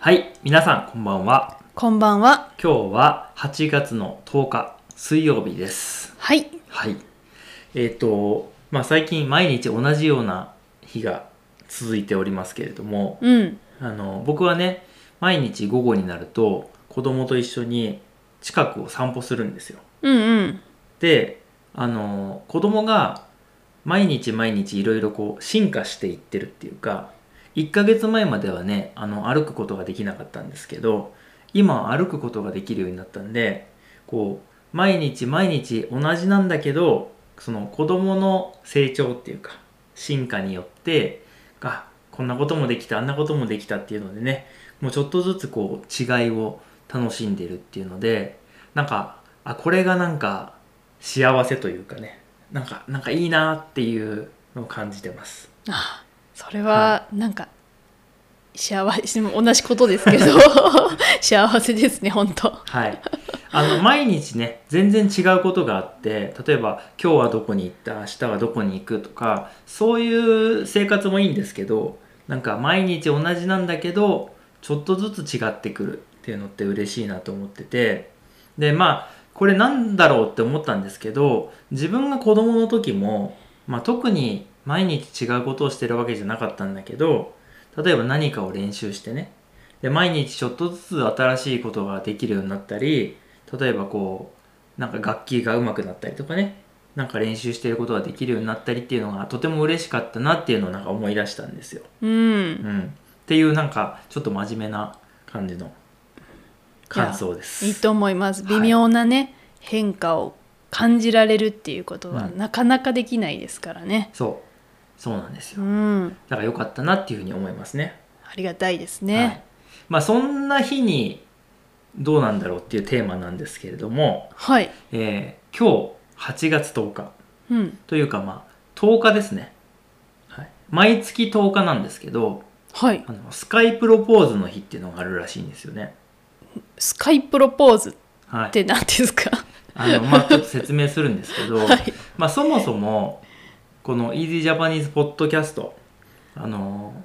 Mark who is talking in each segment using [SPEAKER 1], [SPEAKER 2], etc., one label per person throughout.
[SPEAKER 1] はい、皆さんこんばんは。
[SPEAKER 2] こんばんは。
[SPEAKER 1] 今日は8月の10日水曜日です。
[SPEAKER 2] はい。
[SPEAKER 1] はい。えっ、と、まあ最近毎日同じような日が続いておりますけれども、
[SPEAKER 2] うん。
[SPEAKER 1] あの僕はね、毎日午後になると子供と一緒に近くを散歩するんですよ。
[SPEAKER 2] うんうん。
[SPEAKER 1] で、あの子供が毎日毎日いろいろこう進化していってるっていうか、1ヶ月前まではね、あの歩くことができなかったんですけど、今歩くことができるようになったんで、こう毎日毎日同じなんだけど、その子供の成長っていうか進化によって、あこんなこともできたあんなこともできたっていうのでね、もうちょっとずつこう違いを楽しんでるっていうので、なんかあこれがなんか幸せというかねなんかなんかいいなっていうのを感じてます
[SPEAKER 2] あ、それはなんか幸せ、でも同じことです けど、幸せですね、本当。
[SPEAKER 1] はいあの毎日ね全然違うことがあって例えば今日はどこに行った明日はどこに行くとかそういう生活もいいんですけどなんか毎日同じなんだけどちょっとずつ違ってくるっていうのって嬉しいなと思っててでまあこれなんだろうって思ったんですけど自分が子供の時も、まあ、特に毎日違うことをしてるわけじゃなかったんだけど例えば何かを練習してねで毎日ちょっとずつ新しいことができるようになったり例えばこうなんか楽器が上手くなったりとかねなんか練習してることができるようになったりっていうのがとても嬉しかったなっていうのをなんか思い出したんですよ。
[SPEAKER 2] う。
[SPEAKER 1] うんん、っていうなんかちょっと真面目な感じの感想です。
[SPEAKER 2] いいと思います。
[SPEAKER 1] はい
[SPEAKER 2] 微妙なね、変化を感じられるっていうことは
[SPEAKER 1] うん
[SPEAKER 2] なかなかできないですからね。
[SPEAKER 1] そうそうなんです
[SPEAKER 2] う
[SPEAKER 1] よ
[SPEAKER 2] ん。
[SPEAKER 1] だから良かったなっていうふうに思いますね。
[SPEAKER 2] ありがたいです
[SPEAKER 1] はい
[SPEAKER 2] ね。、
[SPEAKER 1] まあそんな日にどうなんだろうっていうテーマなんですけれども、
[SPEAKER 2] はい。
[SPEAKER 1] えー今日8月10日
[SPEAKER 2] うん。
[SPEAKER 1] というかまあ10日ですね、はい、毎月10日なんですけど
[SPEAKER 2] はい。
[SPEAKER 1] あのスカイプロポーズの日っていうのがあるらしいんですよね。
[SPEAKER 2] スカイプロポーズっ
[SPEAKER 1] はい、
[SPEAKER 2] て何ですか
[SPEAKER 1] あ のまあちょっと説明するんですけど、
[SPEAKER 2] はい。
[SPEAKER 1] まあ、そもそもこの EasyJapanese Podcast あのー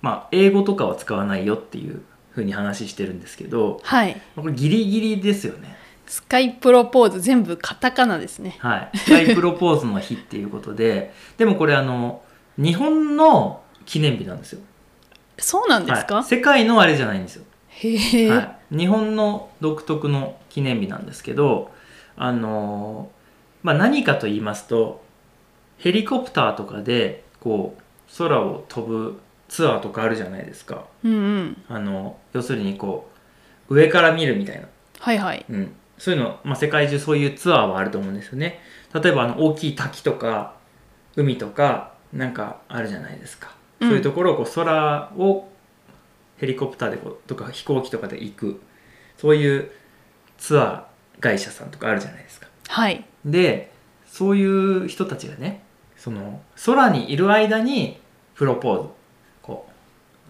[SPEAKER 1] まあ英語とかは使わないよっていうふうに話してるんですけど
[SPEAKER 2] はい。
[SPEAKER 1] これギリギリですよね
[SPEAKER 2] スカイプロポーズ全部カタカナですね。
[SPEAKER 1] はいスカイプロポーズの日っていうことででもこれあの日本の記念日なんですよ
[SPEAKER 2] そうなんですか、
[SPEAKER 1] はい、世界のあれじゃないんですよ
[SPEAKER 2] へえ、
[SPEAKER 1] はい、日本の独特の記念日なんですけど、あのーまあ、何かと言いますとヘリコプターとかでこう空を飛ぶツアーとかあるじゃないですか、
[SPEAKER 2] うんうん
[SPEAKER 1] あの要するにこう上から見るみたいな、
[SPEAKER 2] はいはい
[SPEAKER 1] うん、そういうの、まあ、世界中そういうツアーはあると思うんですよね例えばあの大きい滝とか海とかなんかあるじゃないですか、
[SPEAKER 2] うん
[SPEAKER 1] そういうところをこう空をヘリコプターでこうとか飛行機とかで行くそういうツアー会社さんとかあるじゃないですか
[SPEAKER 2] はい
[SPEAKER 1] でそういう人たちがねその空にいる間にプロポーズこ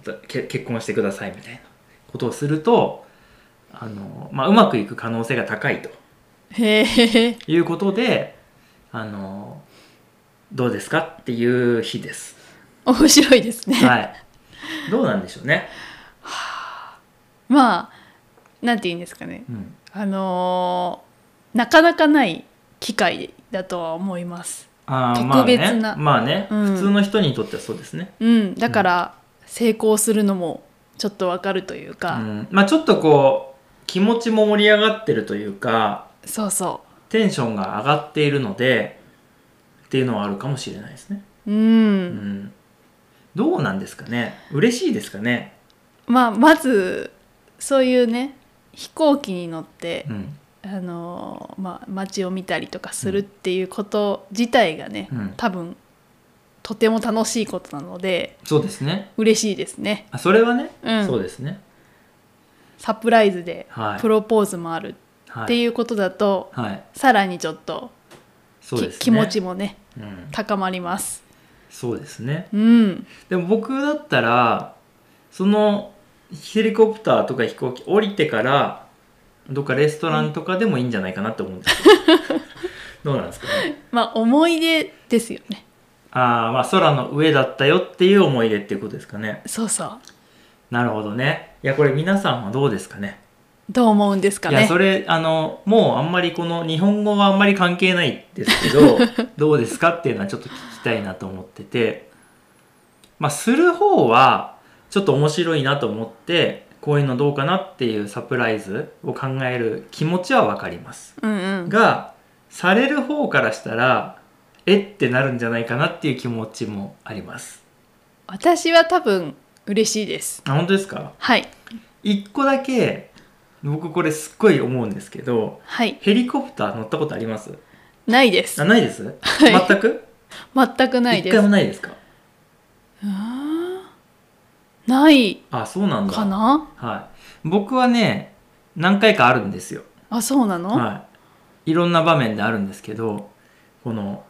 [SPEAKER 1] うけ結婚してくださいみたいなことをするとあの、まあ、うまくいく可能性が高いと
[SPEAKER 2] へえ
[SPEAKER 1] いうことであのどうですかっていう日です。
[SPEAKER 2] 面白いですね、
[SPEAKER 1] はい、どうなんでしょうね。
[SPEAKER 2] まあなんて言うんですかね
[SPEAKER 1] うん、
[SPEAKER 2] あのーなかなかない機会だとは思います
[SPEAKER 1] あー
[SPEAKER 2] 特別な
[SPEAKER 1] まあね,、まあ
[SPEAKER 2] う
[SPEAKER 1] ね
[SPEAKER 2] ん
[SPEAKER 1] 普通の人にとってはそうですね。
[SPEAKER 2] うんだから成功するのもちょっとわかるという
[SPEAKER 1] う
[SPEAKER 2] か、
[SPEAKER 1] んまあ、ちょっとこう気持ちも盛り上がってるというか
[SPEAKER 2] そうそ
[SPEAKER 1] テンションが上がっているのでっていうのはあるかもしれないですね。
[SPEAKER 2] う
[SPEAKER 1] う
[SPEAKER 2] うん、
[SPEAKER 1] ん、どうなんですかね嬉しいですかね、
[SPEAKER 2] まあまずそういうね飛行機に乗って、
[SPEAKER 1] うん
[SPEAKER 2] あのーまあ、街を見たりとかするっていうこと自体がね、
[SPEAKER 1] うん
[SPEAKER 2] 多分とても楽しいことなので
[SPEAKER 1] そうですね。
[SPEAKER 2] 嬉しいですね、
[SPEAKER 1] あそれはね、
[SPEAKER 2] うん
[SPEAKER 1] そうですね。
[SPEAKER 2] サプライズで
[SPEAKER 1] はい。
[SPEAKER 2] プロポーズもある
[SPEAKER 1] は
[SPEAKER 2] って
[SPEAKER 1] い
[SPEAKER 2] いうことだと、
[SPEAKER 1] はい、
[SPEAKER 2] さらにちょっと
[SPEAKER 1] そう
[SPEAKER 2] き
[SPEAKER 1] ですね。
[SPEAKER 2] 気持ちもね
[SPEAKER 1] うん、
[SPEAKER 2] 高まります
[SPEAKER 1] そうですね。
[SPEAKER 2] うん
[SPEAKER 1] でも僕だったらそのヘリコプターとか飛行機降りてからどっかレストランとかでもいいんじゃないかなって思うんですけ ど、どうなんですかね。
[SPEAKER 2] まあ思い出ですよね
[SPEAKER 1] ああまあ空の上だったよっていう思い出っていうことですかね。
[SPEAKER 2] そうそう
[SPEAKER 1] なるほどね。いやこれ皆さんはどうですかね
[SPEAKER 2] どう思うんですか
[SPEAKER 1] い
[SPEAKER 2] ね
[SPEAKER 1] やそれあのもうあんまりこの日本語はあんまり関係ないですけ どどうですかっていうのはちょっと聞きたいなと思っててまあする方はちょっと面白いなと思ってこういうのどうかなっていうサプライズを考える気持ちはわかります
[SPEAKER 2] うんうん
[SPEAKER 1] がされる方からしたらえってなるんじゃないかなっていう気持ちもあります
[SPEAKER 2] 私は多分嬉しいです
[SPEAKER 1] あ本当ですか
[SPEAKER 2] はい
[SPEAKER 1] 一個だけ僕これすっごい思うんですけど
[SPEAKER 2] はい
[SPEAKER 1] ヘリコプター乗ったことあります
[SPEAKER 2] ないです
[SPEAKER 1] あないです、
[SPEAKER 2] い
[SPEAKER 1] 全く
[SPEAKER 2] 全くない
[SPEAKER 1] 一
[SPEAKER 2] で
[SPEAKER 1] 回も
[SPEAKER 2] す
[SPEAKER 1] ないですか
[SPEAKER 2] あーない
[SPEAKER 1] あそうなんだ
[SPEAKER 2] かな
[SPEAKER 1] はい、僕はね何回かあるんですよ、
[SPEAKER 2] あそうなの、
[SPEAKER 1] はい、いろんな場面であるんですけどこの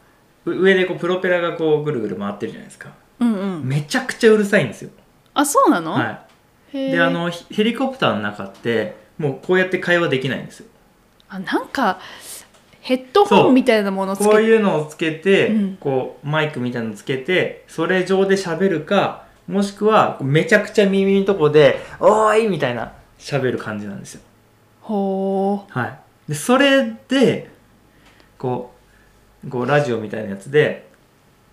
[SPEAKER 1] う上でこうプロペラがこうぐるぐる回ってるじゃないですか
[SPEAKER 2] うんうん
[SPEAKER 1] めちゃくちゃうるさいんですよ、
[SPEAKER 2] あそうなの、
[SPEAKER 1] は
[SPEAKER 2] へ
[SPEAKER 1] い、
[SPEAKER 2] ー
[SPEAKER 1] であのヘヘリコプターの中ってもうこうやって会話できないんですよ
[SPEAKER 2] あなんかヘッドホンみたいなものつけ
[SPEAKER 1] こういうのをつけて、
[SPEAKER 2] うん
[SPEAKER 1] こうマイクみたいなのつけてそれ上で喋るかもしくはめちゃくちゃ耳のとこで「おーい!」みたいな喋る感じなんですよ。
[SPEAKER 2] ほ
[SPEAKER 1] はい、でそれでこうこうラジオみたいなやつで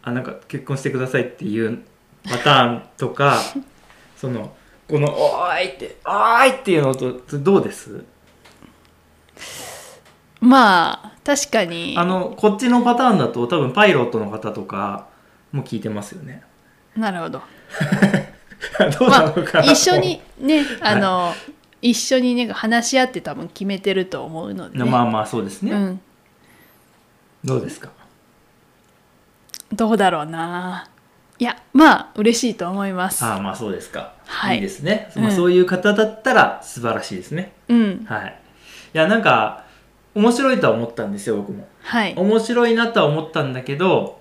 [SPEAKER 1] あなんか結婚してくださいっていうパターンとか そのこの「おーい!」って「おーい!」っていうのとどうです
[SPEAKER 2] うまあ確かに
[SPEAKER 1] あのこっちのパターンだと多分パイロットの方とかも聞いてますよね。
[SPEAKER 2] なるほど
[SPEAKER 1] どうな
[SPEAKER 2] ま
[SPEAKER 1] のかなと、
[SPEAKER 2] あ一緒にねあの、一緒にね話し合って多分決めてると思うので、ね
[SPEAKER 1] まあまあそうですね、
[SPEAKER 2] うん、
[SPEAKER 1] どうですか
[SPEAKER 2] どうだろうないやまあ嬉しいと思います
[SPEAKER 1] ああまあそうですか、
[SPEAKER 2] はい
[SPEAKER 1] いですね、まあ、
[SPEAKER 2] うん
[SPEAKER 1] そういう方だったら素晴らしいですね
[SPEAKER 2] うん
[SPEAKER 1] はいいやなんか面白いとは思ったんですよ僕も
[SPEAKER 2] はい
[SPEAKER 1] 面白いなとは思ったんだけど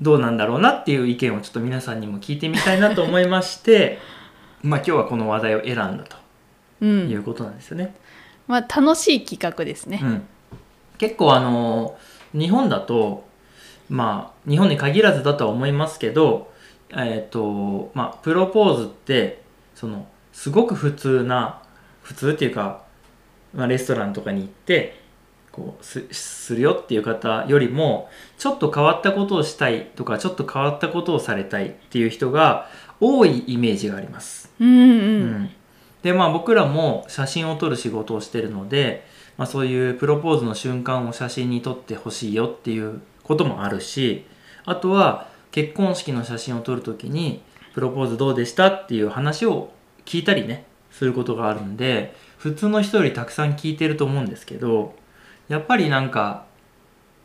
[SPEAKER 1] どうなんだろうなっていう意見をちょっと皆さんにも聞いてみたいなと思いまして まあ今日はこの話題を選んだ
[SPEAKER 2] う
[SPEAKER 1] というんことなんですよね、
[SPEAKER 2] まあ楽しい企画ですね、
[SPEAKER 1] うん、結構あの日本だとまあ日本に限らずだとは思いますけどえっ、とまあプロポーズってそのすごく普通な普通っていうか、まあ、レストランとかに行ってこうすするよっていう方よりもちょっと変わったことをしたいとかちょっと変わったことをされたいっていう人が多いイメージがあります。
[SPEAKER 2] うんうん
[SPEAKER 1] うんでまあ僕らも写真を撮る仕事をしてるので、まあ、そういうプロポーズの瞬間を写真に撮ってほしいよっていうこともあるしあとは結婚式の写真を撮る時にプロポーズどうでしたっていう話を聞いたりねすることがあるんで普通の人よりたくさん聞いてると思うんですけどやっぱりなんか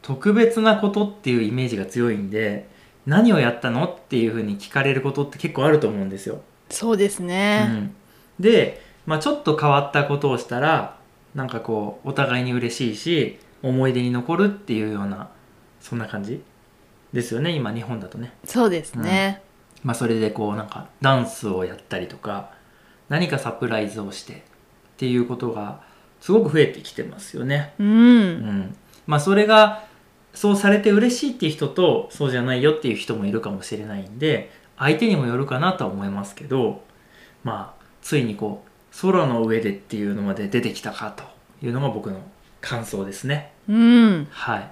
[SPEAKER 1] 特別なことっていうイメージが強いんで何をやったのっていうふうに聞かれることって結構あると思うんですよ。
[SPEAKER 2] そうです
[SPEAKER 1] う
[SPEAKER 2] ね、
[SPEAKER 1] ん、で、まあ、ちょっと変わったことをしたらなんかこうお互いに嬉しいし思い出に残るっていうようなそんな感じですよね今日本だとね、
[SPEAKER 2] そうですね、
[SPEAKER 1] まあ、それでこうなんかダンスをやったりとか何かサプライズをしてっていうことがすごく増えてきてますよね、
[SPEAKER 2] うん
[SPEAKER 1] うん、まあそれがそうされて嬉しいっていう人とそうじゃないよっていう人もいるかもしれないんで相手にもよるかなとは思いますけどまあついにこう空の上でっていうのまで出てきたかというのが僕の感想ですね
[SPEAKER 2] うん
[SPEAKER 1] はい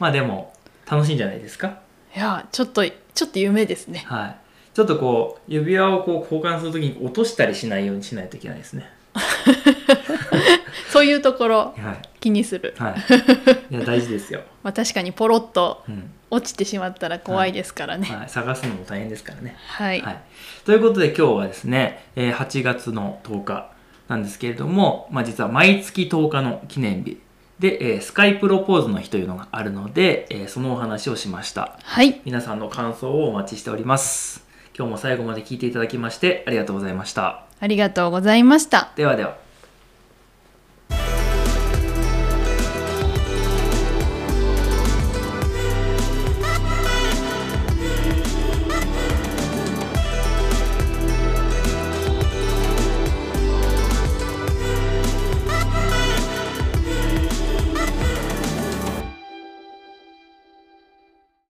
[SPEAKER 1] まあでも楽しいんじゃないですか
[SPEAKER 2] いやちょっとちょっと夢ですね
[SPEAKER 1] はいちょっとこう指輪をこう交換するときに落としたりしないようにしないといけないですね
[SPEAKER 2] そういうところ
[SPEAKER 1] はい、
[SPEAKER 2] 気にする
[SPEAKER 1] はい、いや大事ですよ、
[SPEAKER 2] まあ、確かにポロッと
[SPEAKER 1] うん
[SPEAKER 2] 落ちてしまったら怖いですからね。
[SPEAKER 1] はい、探すのも大変ですからね
[SPEAKER 2] はい。
[SPEAKER 1] はい、ということで今日はですね、えー8月の10日なんですけれども、まあ、実は毎月10日の記念日で、えースカイプロポーズの日というのがあるので、えーそのお話をしました
[SPEAKER 2] はい。
[SPEAKER 1] 皆さんの感想をお待ちしております今日も最後まで聞いていただきましてありがとうございました
[SPEAKER 2] ありがとうございました。
[SPEAKER 1] ではでは